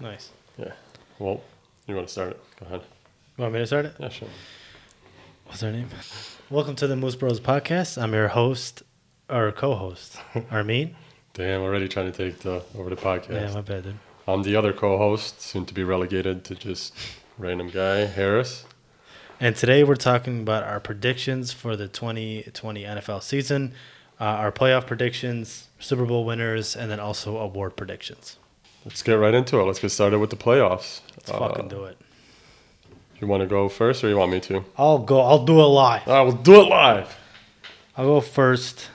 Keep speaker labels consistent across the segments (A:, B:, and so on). A: Nice.
B: Yeah. Well, you want to start it? Go ahead.
A: Want me to start it?
B: Yeah, sure.
A: What's her name? Welcome to the Moose Bros podcast. I'm your host or co-host, Armin.
B: Damn, already trying to take the over the podcast.
A: Yeah, my bad, dude.
B: I'm the other co-host, soon to be relegated to just random guy Harris.
A: And today we're talking about our predictions for the 2020 NFL season, uh, our playoff predictions, Super Bowl winners, and then also award predictions.
B: Let's get right into it. Let's get started with the playoffs.
A: Let's fucking do it.
B: You want to go first, or you want me to?
A: I'll go. I'll do a live.
B: I will do it live.
A: I'll go first.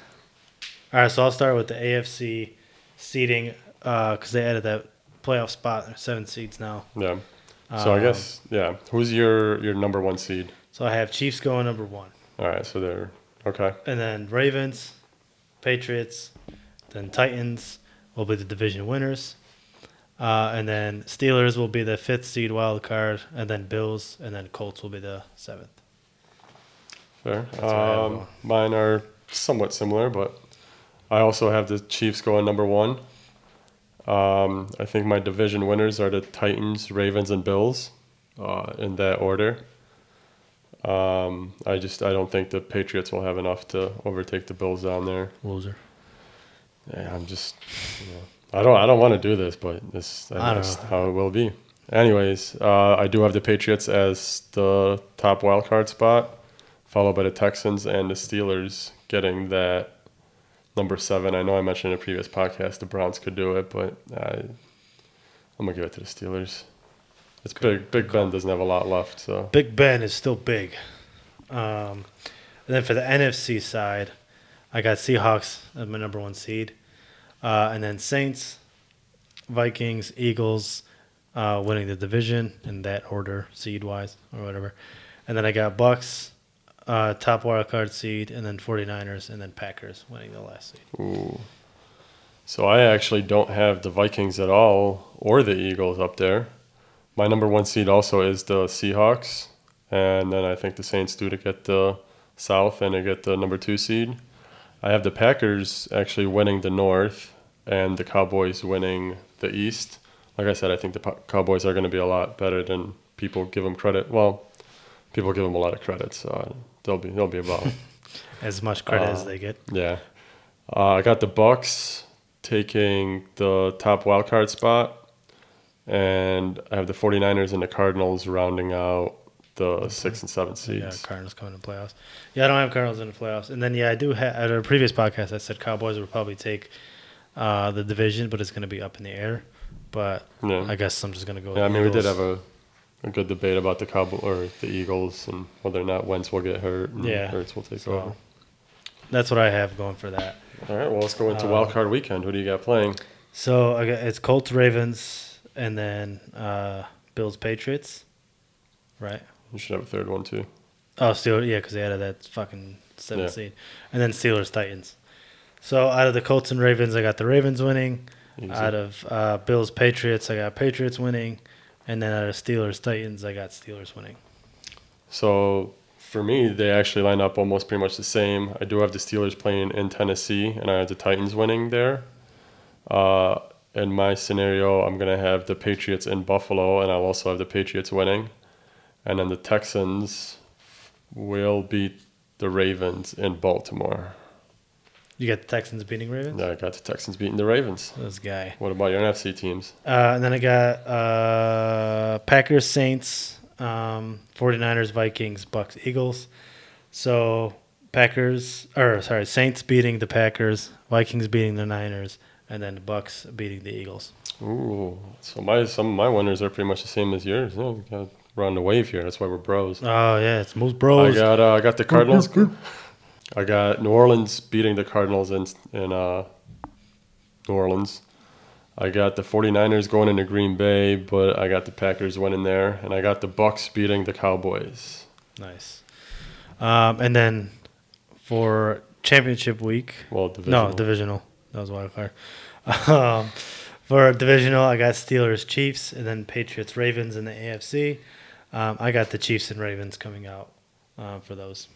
A: All right, so I'll start with the AFC seating because uh, they added that playoff spot. There's seven seeds now.
B: Yeah. So I guess yeah. Who's your your number one seed?
A: So I have Chiefs going number one,
B: All right. So they're okay.
A: and then Ravens, Patriots, then Titans will be the division winners, uh, and then Steelers will be the fifth seed wild card, and then Bills, and then Colts will be the seventh.
B: Fair.
A: what I have
B: Um,
A: going.
B: mine are somewhat similar, but I also have the Chiefs going number one. Um, I think my division winners are the Titans, Ravens, and Bills, uh, in that order. Um, I just I don't think the Patriots will have enough to overtake the Bills down there.
A: Loser.
B: Yeah, I'm just, you know, I don't, I don't want to do this, but this,
A: I
B: I
A: don't
B: that's
A: know.
B: how it will be. Anyways, uh, I do have the Patriots as the top wild card spot, followed by the Texans and the Steelers getting that number seven. I know I mentioned in a previous podcast the Browns could do it, but I, I'm gonna give it to the Steelers. It's big. Big Ben doesn't have a lot left, so
A: Big Ben is still big. Um, and then for the NFC side, I got Seahawks as my number one seed, uh, and then Saints, Vikings, Eagles, uh, winning the division in that order, seed wise or whatever. And then I got Bucks, uh, top wild card seed, and then 49ers, and then Packers winning the last seed.
B: Ooh. So I actually don't have the Vikings at all or the Eagles up there. My number one seed also is the Seahawks, and then I think the Saints do to get the South and they get the number two seed. I have the Packers actually winning the North and the Cowboys winning the East. Like I said, I think the Pa- Cowboys are going to be a lot better than people give them credit. Well, people give them a lot of credit, so they'll be they'll be about
A: As much credit
B: Uh,
A: as they get.
B: yeah, uh, I got the Bucks taking the top wild card spot, and I have the 49ers and the Cardinals rounding out the six and seven
A: Yeah,
B: seeds.
A: Cardinals coming to playoffs. Yeah, I don't have Cardinals in the playoffs. And then yeah, I do have at a previous podcast I said Cowboys would probably take uh, the division, but it's going to be up in the air. But
B: Yeah,
A: I guess I'm just going to go. with
B: yeah. I mean, we did
A: Eagles.
B: have a, a good debate about the Cowboys or the Eagles and whether or not Wentz will get hurt and
A: Yeah,
B: Hurts will take
A: so-
B: over.
A: That's what I have going for that.
B: All right, well, let's go into
A: Uh,
B: wild card weekend. Who do you got playing?
A: So I got, it's Colts, Ravens, and then uh, Bills, Patriots. Right.
B: You should have a third one too.
A: Oh, Steelers. Yeah, because they added that fucking seven
B: Yeah.
A: seed, and then Steelers, Titans. So out of the Colts and Ravens, I got the Ravens winning.
B: Easy.
A: Out of uh, Bills Patriots, I got Patriots winning, and then out of Steelers Titans, I got Steelers winning.
B: So for me, they actually line up almost pretty much the same. I do have the Steelers playing in Tennessee, and I have the Titans winning there. Uh, in my scenario, I'm gonna have the Patriots in Buffalo, and I'll also have the Patriots winning, and then the Texans will beat the Ravens in Baltimore.
A: You got the Texans beating Ravens.
B: Yeah, I got the Texans beating the Ravens.
A: This guy.
B: What about your NFC teams?
A: Uh, and then I got uh, Packers Saints, um, 49ers Vikings Bucks Eagles. So Packers or sorry Saints beating the Packers, Vikings beating the Niners, and then the Bucks beating the Eagles.
B: Ooh, so my some of my winners are pretty much the same as yours. Yeah, we got we're on the wave here. That's why we're bros.
A: Oh yeah, it's most
B: I
A: bros.
B: got uh, I got the Cardinals. I got New Orleans beating the Cardinals in in uh, New Orleans. I got the 49ers going into Green Bay, but I got the Packers winning there, and I got the Bucks beating the Cowboys.
A: Nice. Um, and then for championship week,
B: Well, divisional.
A: no divisional. That was wild card. Um, for divisional, I got Steelers, Chiefs, and then Patriots, Ravens in the AFC. Um, I got the Chiefs and Ravens coming out um, for those.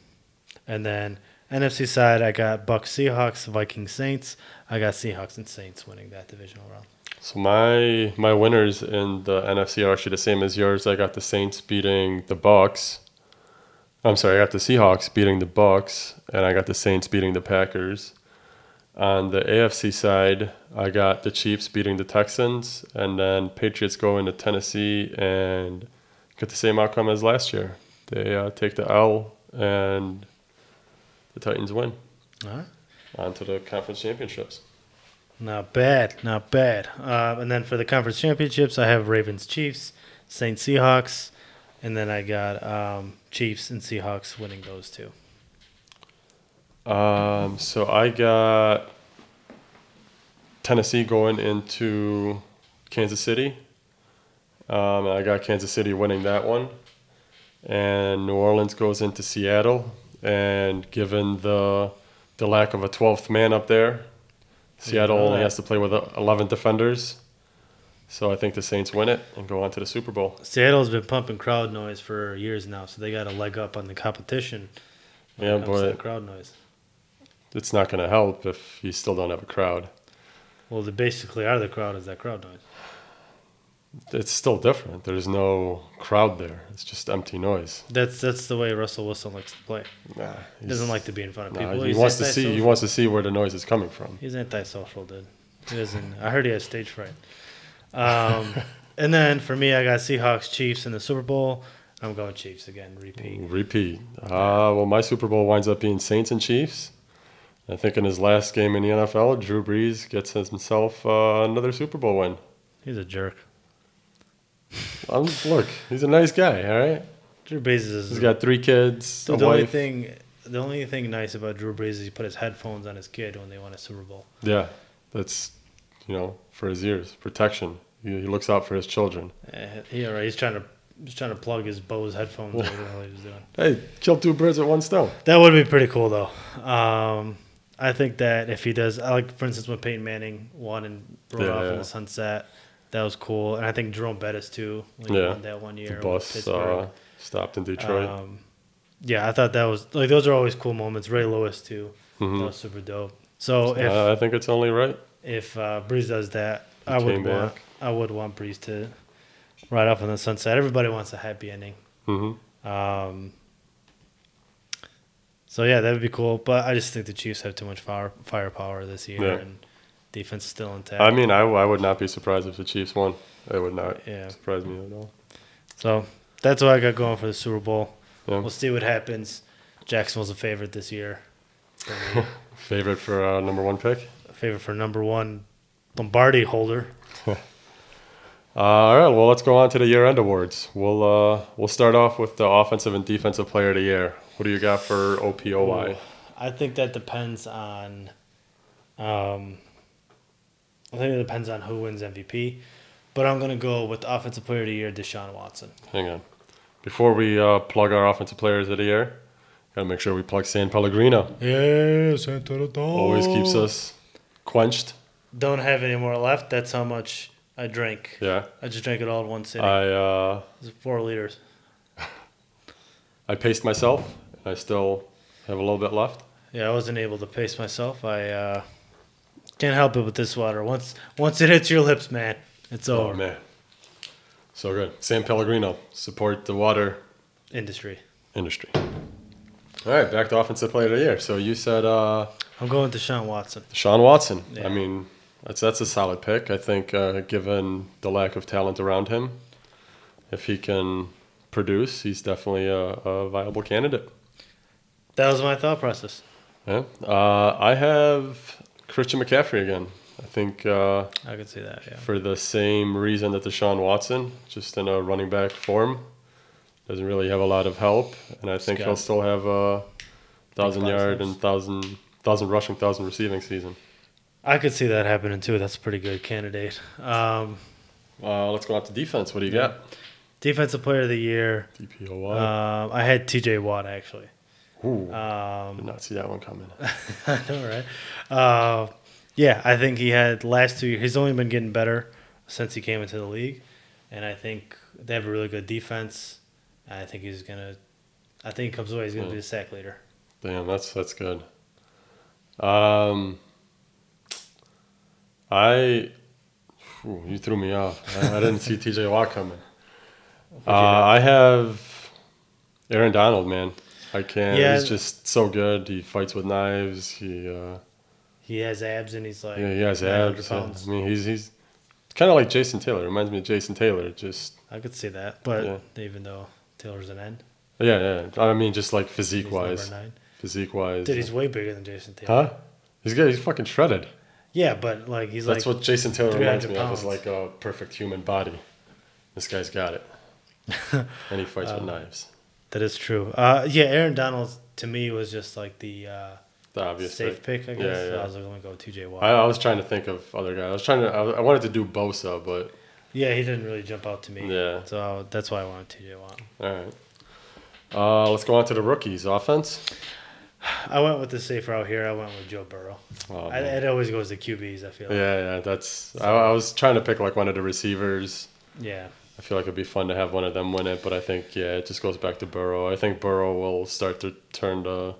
A: And then NFC side, I got Bucks, Seahawks, Vikings, Saints. I got Seahawks and Saints winning that divisional round.
B: So my my winners in the NFC are actually the same as yours. I got the Saints beating the Bucks. I'm sorry, I got the Seahawks beating the Bucks, and I got the Saints beating the Packers. On the AFC side, I got the Chiefs beating the Texans, and then Patriots go into Tennessee and get the same outcome as last year. They uh, take the L, and the Titans win
A: All right.
B: on to the conference championships.
A: Not bad, not bad. Uh, and then for the conference championships, I have Ravens, Chiefs, Saints, Seahawks, and then I got um, Chiefs and Seahawks winning those two.
B: Um, so I got Tennessee going into Kansas City. Um, I got Kansas City winning that one. And New Orleans goes into Seattle. And given the the lack of a 12th man up there, Seattle
A: know
B: only
A: that.
B: has to play with uh, 11 defenders. So I think the Saints win it and go on to the Super Bowl.
A: Seattle's been pumping crowd noise for years now, so they got a leg up on the competition. when it
B: Yeah,
A: comes to
B: but-
A: the crowd noise.
B: It's not going to help if you still don't have a crowd.
A: Well, they basically are the crowd is that crowd noise.
B: It's still different. There's no crowd there. It's just empty noise.
A: That's that's the way Russell Wilson likes to play.
B: Nah,
A: He doesn't like to be in front of
B: nah,
A: people.
B: he
A: He's
B: wants to see. He
A: antisocial.
B: wants to see where the noise is coming from.
A: He's antisocial, dude. He doesn't. I heard he has stage fright. Um, and then for me, I got Seahawks, Chiefs in the Super Bowl. I'm going Chiefs again. Repeat.
B: Repeat. Uh, well, my Super Bowl winds up being Saints and Chiefs. I think in his last game in the NFL, Drew Brees gets himself uh, another Super Bowl win.
A: He's a jerk.
B: Um look, he's a nice guy. All right,
A: Drew Brees is
B: he's got three kids,
A: the,
B: a
A: the only
B: wife.
A: thing. The only thing nice about Drew Brees is he put his headphones on his kid when they won a Super Bowl.
B: Yeah, that's you know for his ears, protection. He, he looks out for his children.
A: Uh, yeah, right. He's trying to he's trying to plug his Bose headphones. or whatever the hell he was doing.
B: Hey, kill two birds with one stone.
A: That would be pretty cool, though. Um, I think that if he does, I like, for instance, when Peyton Manning won and rode
B: Yeah,
A: off in
B: yeah.
A: the sunset, that was cool. And I think Jerome Bettis too. Like,
B: Yeah.
A: won that one year.
B: The
A: with
B: bus uh, stopped in Detroit.
A: Um, yeah, I thought that was like those are always cool moments. Ray Lewis too. That
B: Mhm.
A: was super dope. So if
B: Uh, I think it's only right.
A: if uh, Breeze does that,
B: He
A: I would
B: came
A: want
B: back.
A: I would want Breeze to ride off in the sunset. Everybody wants a happy ending.
B: hmm
A: Um, so yeah, that would be cool. But I just think the Chiefs have too much fire, firepower this year,
B: Yeah.
A: and defense is still intact.
B: I mean, I, I would not be surprised if the Chiefs won. It would not
A: yeah.
B: surprise me at all.
A: So that's what I got going for the Super Bowl.
B: Yeah.
A: We'll see what happens. Jacksonville's a favorite this year. For me.
B: Favorite for uh, number one pick.
A: a favorite for number one Lombardi holder.
B: Uh, all right, well, let's go on to the year-end awards. We'll uh, we'll start off with the offensive and defensive player of the year. What do you got for OPOY?
A: Ooh, I think that depends on. Um, I think it depends on who wins MVP, but I'm gonna go with the offensive player of the year, Deshaun Watson.
B: Hang on, before we uh, plug our offensive players of the year, gotta make sure we plug San Pellegrino.
A: Yeah, Santo Domingo.
B: Always keeps us quenched.
A: Don't have any more left. That's how much I drank.
B: Yeah,
A: I just drank it all in one sitting.
B: I uh,
A: It's four liters.
B: I paced myself. and I still have a little bit left.
A: Yeah, I wasn't able to pace myself. I uh, can't help it with this water. Once once it hits your lips, man, it's
B: Oh
A: over.
B: man, so good. San Pellegrino support the water
A: Industry.
B: industry. All right, back to offensive player of the year. So you said uh,
A: I'm going to Sean Watson.
B: Sean Watson.
A: Yeah.
B: I mean, that's that's a solid pick. I think uh, given the lack of talent around him, if he can produce, he's definitely a, a viable candidate.
A: That was my thought process.
B: Yeah. Uh, I have Christian McCaffrey again. I think. Uh,
A: I could see that. Yeah.
B: for the same reason that Deshaun Watson, just in a running back form, doesn't really have a lot of help, and I think
A: got-
B: he'll still have a thousand
A: Big
B: yard
A: boxes.
B: and thousand thousand rushing, thousand receiving season.
A: I could see that happening too. That's a pretty good candidate. Um,
B: Uh, let's go out to defense. What do you got?
A: defensive player of the year.
B: DPOY.
A: Um, I had T.J. Watt actually.
B: Ooh,
A: Um,
B: did not see that one coming.
A: I know, right? Uh, yeah, I think he had last two years. He's only been getting better since he came into the league, and I think they have a really good defense. And I think he's gonna. I think he comes away. He's gonna
B: Hmm.
A: be a sack leader.
B: Damn, that's that's good. Um, I Ooh, you threw me off. I, I didn't see TJ Watt coming. Uh, I have Aaron Donald, man. I can't.
A: Yeah.
B: He's just so good. He fights with knives. He uh,
A: He has abs and he's like
B: yeah, he has
A: 900
B: abs. I
A: pounds.
B: mean, he's he's kind of like Jason Taylor. Reminds me of Jason Taylor. Just
A: I could see that, but
B: Yeah.
A: even though Taylor's an end,
B: yeah, yeah. I mean, just like
A: he's
B: physique
A: number
B: wise,
A: nine.
B: physique wise.
A: Dude, he's way bigger than Jason Taylor.
B: huh? He's good. He's fucking shredded.
A: Yeah, but like he's
B: That's
A: like
B: what Jason Taylor reminds
A: 300
B: me of. Is
A: pounds.
B: like a perfect human body. This guy's got it. and he fights
A: Um,
B: with knives.
A: that is true. Uh, yeah, Aaron Donald to me was just like the uh,
B: The obvious
A: safe
B: pick.
A: pick, I
B: Yeah,
A: guess. So
B: yeah.
A: I was like, I'm gonna go TJ Watt.
B: I, I was trying to think of other guys. I was trying to. I, I wanted to do Bosa, but
A: yeah, he didn't really jump out to me.
B: Yeah.
A: So that's why I wanted TJ Watt.
B: all right. Uh, let's go on to the rookies offense.
A: I went with the safe route here. I went with Joe Burrow.
B: Oh,
A: I,
B: man.
A: it always goes to QBs. I feel. like.
B: yeah, yeah, that's. I, I was trying to pick like one of the receivers.
A: Yeah.
B: I feel like it'd be fun to have one of them win it, but I think yeah, it just goes back to Burrow. I think Burrow will start to turn the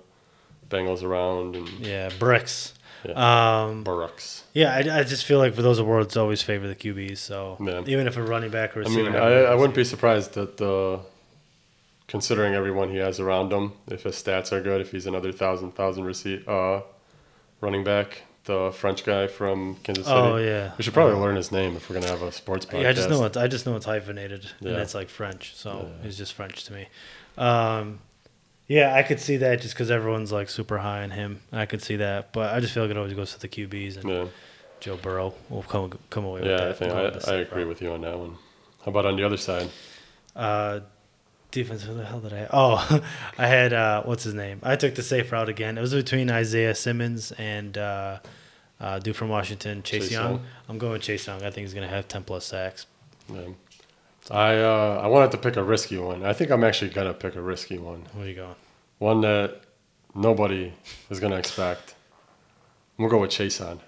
B: Bengals around and
A: Yeah. Bricks. Um,
B: Burrocks.
A: yeah, I, I just feel like for those awards, always favor the QBs. So
B: Yeah.
A: even if a running back or
B: I
A: receiver,
B: mean, I, I wouldn't be surprised that uh, considering everyone he has around him, if his stats are good, if he's another thousand thousand receipt uh, running back, the French guy from Kansas City.
A: Oh yeah.
B: We should probably learn his name if we're gonna have a sports podcast.
A: Yeah, I just know it's I just know it's hyphenated and
B: Yeah.
A: it's like French, so
B: Yeah.
A: it's just French to me. Um, yeah, I could see that just because everyone's like super high on him. I could see that, but I just feel like it always goes to the QBs and
B: Yeah,
A: Joe Burrow will come come away with
B: yeah,
A: that.
B: I think
A: Go with the
B: I, I
A: safe
B: agree
A: route.
B: with you on that one. How about on the other side?
A: Uh, defense. Who the hell did I? Have? Oh, I had uh, what's his name? I took the safe route again. It was between Isaiah Simmons and uh, uh, dude from Washington, Chase,
B: Chase
A: Young.
B: Young.
A: I'm going with Chase Young. I think he's gonna have 10 plus sacks.
B: Yeah. I uh, I wanted to pick a risky one. I think I'm actually gonna pick a risky one,
A: Where are you going?
B: one that nobody is gonna expect. I'm gonna go with Chase on.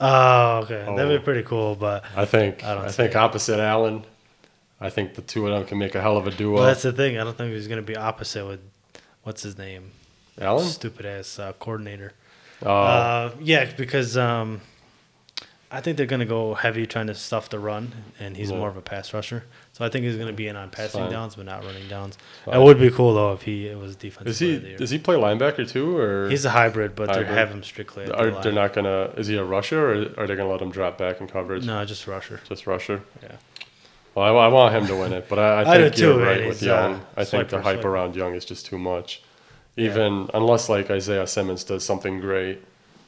A: Oh, okay. That'd
B: Oh.
A: be pretty cool, but
B: I think
A: I
B: I,
A: don't see
B: think opposite Allen. I think the two of them can make a hell of a duo.
A: well, that's the thing. I don't think he's gonna be opposite with what's his name,
B: Allen.
A: stupid ass uh, coordinator.
B: Oh,
A: Uh, yeah, because um, I think they're gonna go heavy trying to stuff the run, and he's
B: Yeah.
A: more of a pass rusher. So I think he's gonna be in on passing
B: fine.
A: downs, but not running downs.
B: fine.
A: It would be cool though if he it was defensive.
B: is he
A: player of the year.
B: does he play linebacker too, or
A: He's a hybrid, but they
B: Hybrid.
A: have him strictly. At the
B: are
A: line.
B: they not gonna? Is he a rusher, or are they gonna let him drop back in coverage?
A: No, just rusher.
B: Just rusher.
A: Yeah.
B: Well, I, I want him to win it, but I, I
A: I
B: think
A: do
B: you're
A: too,
B: right
A: and
B: with
A: he's, uh,
B: Young. I think the
A: swiper,
B: hype
A: swiper.
B: around Young is just too much. Even unless like Isaiah Simmons does something great,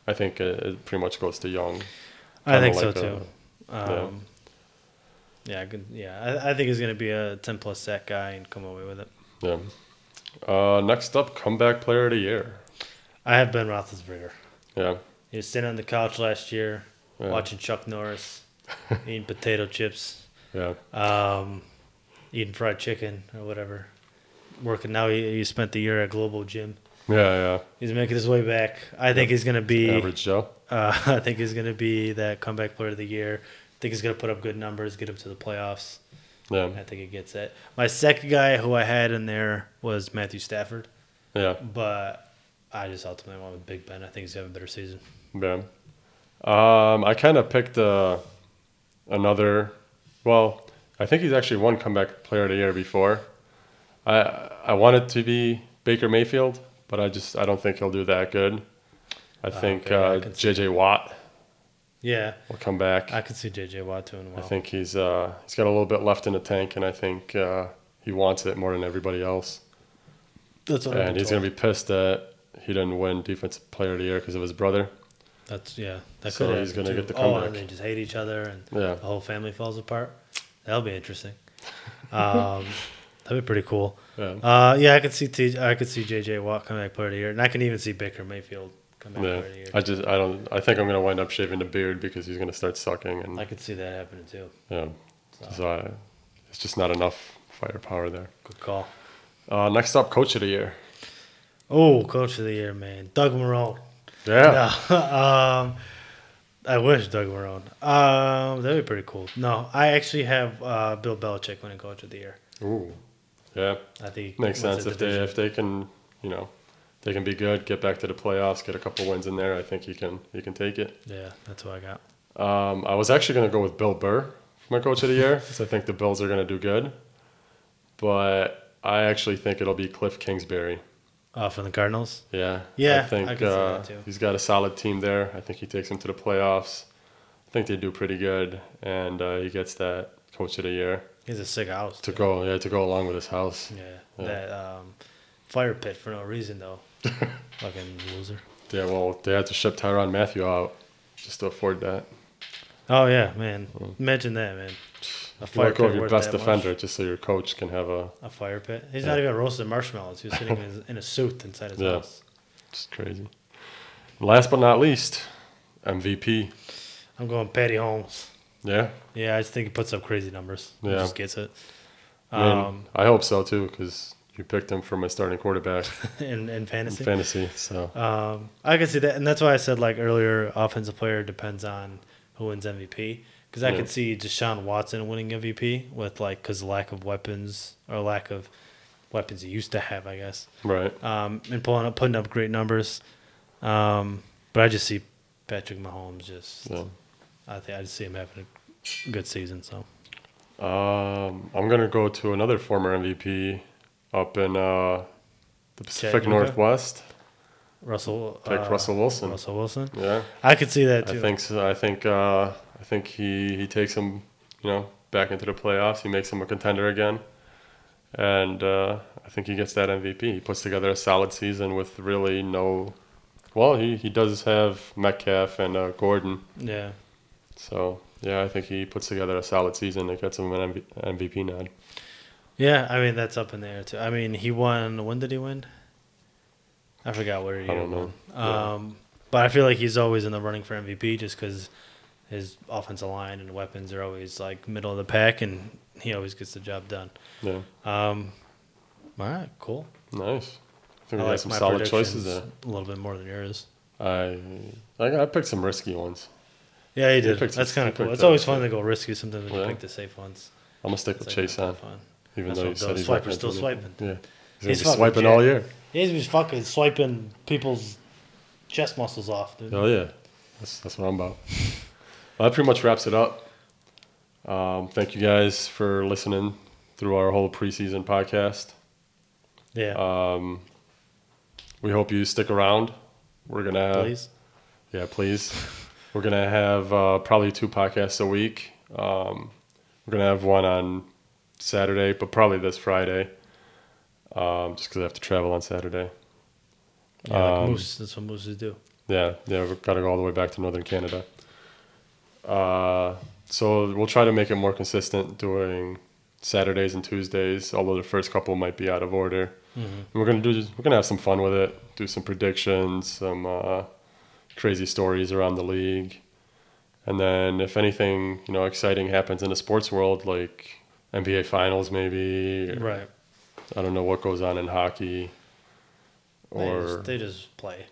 B: I think it, it pretty much goes to Young.
A: I
B: Kinda
A: think
B: like
A: so
B: a-
A: too. Um, yeah, I could- yeah. I, I think he's gonna be a ten plus sack guy and come away with it.
B: Yeah. Uh, next up, comeback player of the year.
A: I have Ben Roethlisberger.
B: Yeah.
A: He was sitting on the couch last year
B: Yeah.
A: watching Chuck Norris, eating potato chips,
B: Yeah.
A: um, eating fried chicken or whatever. Working now, he, he spent the year at Global Gym.
B: Yeah.
A: He's making his way back. I think he's gonna
B: Yeah.
A: be.
B: Average Joe.
A: Uh, I think he's gonna be that comeback player of the year. I think he's gonna put up good numbers, get him to the playoffs.
B: Yeah.
A: I think he gets it. My second guy who I had in there was Matthew Stafford,
B: Yeah.
A: but I just ultimately went with Big Ben. I think he's gonna have a better season.
B: Yeah. Um, I kind of picked uh, another. Well, I think he's actually won comeback player of the year before. I I wanted to be Baker Mayfield, but I just I don't think he'll do that good. I think
A: Ah, okay, I
B: uh,
A: can see
B: JJ Watt
A: Yeah,
B: will come back.
A: I could see JJ Watt doing
B: I
A: well.
B: think he's uh, he's got a little bit left in the tank, and I think uh, he wants it more than everybody else.
A: That's what
B: And he's gonna be pissed that he didn't win Defensive Player of the Year because of his brother.
A: That's yeah. That
B: So
A: could
B: he's
A: happen,
B: gonna
A: too.
B: get the
A: Oh, and
B: comeback.
A: they just hate each other, and
B: Yeah.
A: the whole family falls apart. That'll be interesting. Um, that'd be pretty cool.
B: Yeah.
A: Uh, yeah, I could see T- I could see JJ Watt coming back player of the year, and I can even see Baker Mayfield coming back
B: Yeah,
A: player of the year.
B: I just I don't I think I'm gonna wind up shaving the beard because he's gonna start sucking and
A: I could see that happening too.
B: yeah, so I, it's just not enough firepower there.
A: Good call.
B: Uh, next up, coach of the year.
A: Oh, coach of the year, man, Doug Marone.
B: Yeah,
A: No, um, I wish Doug Marone. Um, that'd be pretty cool. No, I actually have uh, Bill Belichick winning coach of the year.
B: ooh, yeah,
A: I think he
B: makes
A: wins
B: sense
A: the
B: if they
A: division.
B: if they can you know they can be good, get back to the playoffs, get a couple wins in there. I think he can he can take it.
A: Yeah, that's what I got.
B: Um, I was actually going to go with Bill Burr for my coach of the year because I think the Bills are going to do good. But I actually think it'll be Cliff Kingsbury.
A: Uh, from the Cardinals.
B: Yeah.
A: Yeah,
B: I think
A: I can see
B: uh,
A: that too.
B: he's got a solid team there. I think he takes them to the playoffs. I think they do pretty good, and uh, he gets that coach of the year
A: He has a sick house.
B: to go. Yeah, to go along with his house.
A: Yeah.
B: Yeah.
A: That um, fire pit for no reason though. Fucking loser.
B: Yeah, well, they had to ship Tyron Matthew out just to afford that.
A: Oh yeah, man. Imagine that, man. A
B: You let go of your
A: worth
B: best
A: that much?
B: defender just so your coach can have a.
A: A fire pit. He's
B: Yeah.
A: not even roasted marshmallows. He's sitting in, his, in a suit inside his
B: Yeah.
A: house.
B: It's crazy. Last but not least, MVP.
A: I'm going Patty Holmes.
B: Yeah,
A: Yeah, I just think he puts up crazy numbers. He
B: Yeah.
A: just gets it.
B: I, mean,
A: Um,
B: I hope so too because you picked him for my starting quarterback
A: in, in
B: in
A: fantasy.
B: fantasy. So
A: Um, I can see that, and that's why I said like earlier, offensive player depends on who wins MVP. Because I
B: Yeah.
A: could see Deshaun Watson winning MVP with like because lack of weapons or lack of weapons he used to have, I guess,
B: right,
A: um, and pulling up putting up great numbers. Um, but I just see Patrick Mahomes just.
B: yeah.
A: I think I just see him having a good season. So
B: Um, I'm gonna go to another former MVP up in uh, the Pacific
A: Chattanooga?
B: Northwest.
A: Russell,
B: Take
A: uh,
B: Russell Wilson.
A: Russell Wilson.
B: Yeah,
A: I could see that
B: I
A: too.
B: think so. I think uh, I think he he takes him, you know, back into the playoffs. He makes him a contender again, and uh, I think he gets that MVP. He puts together a solid season with really no. Well, he he does have Metcalf and uh, Gordon,
A: Yeah.
B: so yeah, I think he puts together a solid season that gets him an MV- MVP nod.
A: Yeah, I mean that's up in the air too. I mean he won. When did he win? I forgot where he
B: I
A: won.
B: don't know. Yeah.
A: Um, but I feel like he's always in the running for MVP just because his offensive line and weapons are always like middle of the pack, and he always gets the job done.
B: Yeah,
A: Um, all right, cool.
B: nice. I think
A: I
B: we
A: like
B: got some
A: my
B: solid choices uh, there.
A: predictions A little bit more than yours.
B: I I, got- I picked some risky ones.
A: Yeah, he
B: You
A: did.
B: picked some-
A: That's kind
B: you
A: of cool.
B: picked
A: It's
B: that,
A: always
B: yeah.
A: fun to go risky sometimes when you
B: Yeah.
A: pick the safe ones.
B: I'm gonna stick
A: It's
B: with
A: like
B: Chase
A: not
B: on.
A: that fun.
B: Even
A: That's
B: though
A: what
B: you said
A: those
B: he's not
A: swipers still
B: gonna do anything.
A: swiping.
B: Yeah, he's,
A: He's
B: he's
A: fucking
B: swiping
A: jacked.
B: all year.
A: He's just fucking swiping people's chest muscles off, dude.
B: Oh yeah, that's that's what I'm about. well, that pretty much wraps it up. Um, thank you guys for listening through our whole preseason podcast.
A: Yeah,
B: Um, we hope you stick around. We're gonna
A: please.
B: Yeah, please. We're gonna have uh, probably two podcasts a week. Um, we're gonna have one on Saturday, but probably this Friday, um, just because I have to travel on Saturday.
A: Yeah, like
B: Um,
A: moose. That's what mooses do.
B: Yeah, yeah, we've got to go all the way back to northern Canada. Uh, so we'll try to make it more consistent doing Saturdays and Tuesdays, although the first couple might be out of order. And we're gonna do we're gonna have some fun with it, do some predictions, some uh, crazy stories around the league, and then if anything you know exciting happens in the sports world, like NBA finals maybe, or
A: Right.
B: I don't know what goes on in hockey,
A: they,
B: or
A: just, they just play.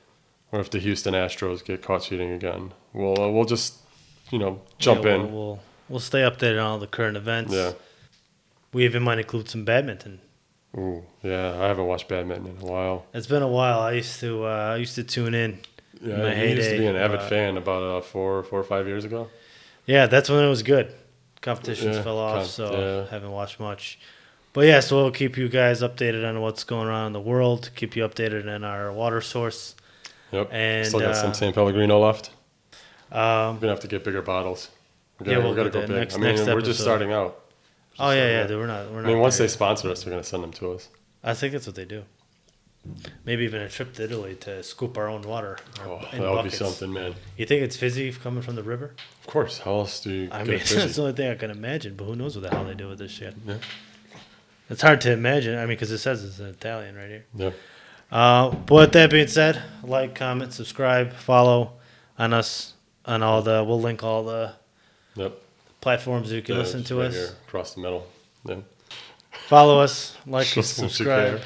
B: or if the Houston Astros get caught cheating again. We'll uh, we'll just you know jump
A: Yeah,
B: in.
A: We'll, we'll we'll stay updated on all the current events.
B: yeah.
A: We even might include some badminton.
B: Ooh, yeah. I haven't watched badminton in a while.
A: It's been a while. I used to uh, I used to tune in.
B: Yeah,
A: My
B: I used to be
A: heyday,
B: an avid
A: uh,
B: fan about uh, four four or five years ago.
A: Yeah, that's when it was good. Competitions
B: Yeah,
A: fell off,
B: com-
A: so
B: yeah.
A: haven't watched much. But yeah, so we'll keep you guys updated on what's going on in the world. Keep you updated on our water source.
B: Yep.
A: And,
B: Still got
A: uh,
B: some San Pellegrino left.
A: Um,
B: We're gonna have to get bigger bottles. We're
A: Yeah,
B: gonna,
A: we'll
B: we're gonna
A: do
B: go
A: that
B: big.
A: next-
B: I mean,
A: next
B: we're just
A: episode.
B: starting out. We're
A: oh yeah,
B: just
A: yeah.
B: starting out.
A: We're not. We're
B: I
A: not.
B: mean, once
A: there
B: they
A: yet.
B: sponsor us, they're gonna send them to us.
A: I think that's what they do. Maybe even a trip to Italy to scoop our own water. or-
B: Oh,
A: in
B: that would be
A: buckets.
B: something, man.
A: You think it's fizzy coming from the river?
B: Of course. How else do you
A: I
B: get
A: mean,
B: it fizzy?
A: that's the only thing I can imagine. But who knows what the hell they do with this shit?
B: Yeah.
A: It's hard to imagine. I mean, because it says it's in Italian right here.
B: Yeah.
A: Uh, but with that being said, like, comment, subscribe, follow on us on all the. We'll link all the
B: Yep.
A: platforms you can
B: Yeah,
A: listen
B: it's
A: to
B: right
A: us.
B: here across the middle. Yeah.
A: Follow us, like, and
B: Just what you
A: subscribe.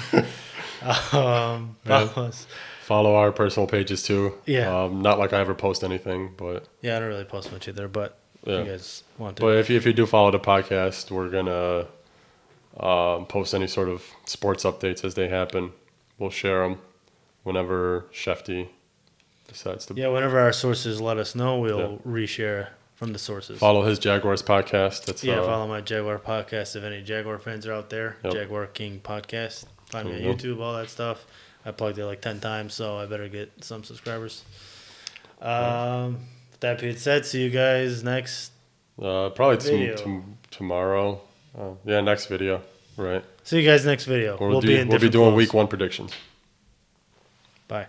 A: um,
B: Yeah.
A: follow us.
B: Follow our personal pages too.
A: Yeah.
B: Um, not like I ever post anything, but
A: Yeah, I don't really post much either, but
B: Yeah.
A: you guys want to.
B: but if you, if you do follow the podcast, we're gonna um, post any sort of sports updates as they happen. We'll share them whenever Shefty decides to
A: Yeah, whenever our sources let us know, we'll reshare from the sources.
B: follow his Jaguars podcast. That's
A: yeah,
B: uh,
A: follow my Jaguar podcast if any Jaguar fans are out there.
B: Yep.
A: Jaguar King podcast. Find me on
B: Mhm.
A: YouTube, all that stuff. I plugged it like 10 times, so I better get some subscribers. Um, with that being said, see you guys next.
B: uh, probably
A: Video.
B: tom tom- tomorrow. Uh, yeah, next video. Right.
A: See you guys next video.
B: We'll,
A: We'll,
B: do,
A: be in
B: we'll be
A: different
B: doing
A: clothes.
B: week one predictions.
A: Bye.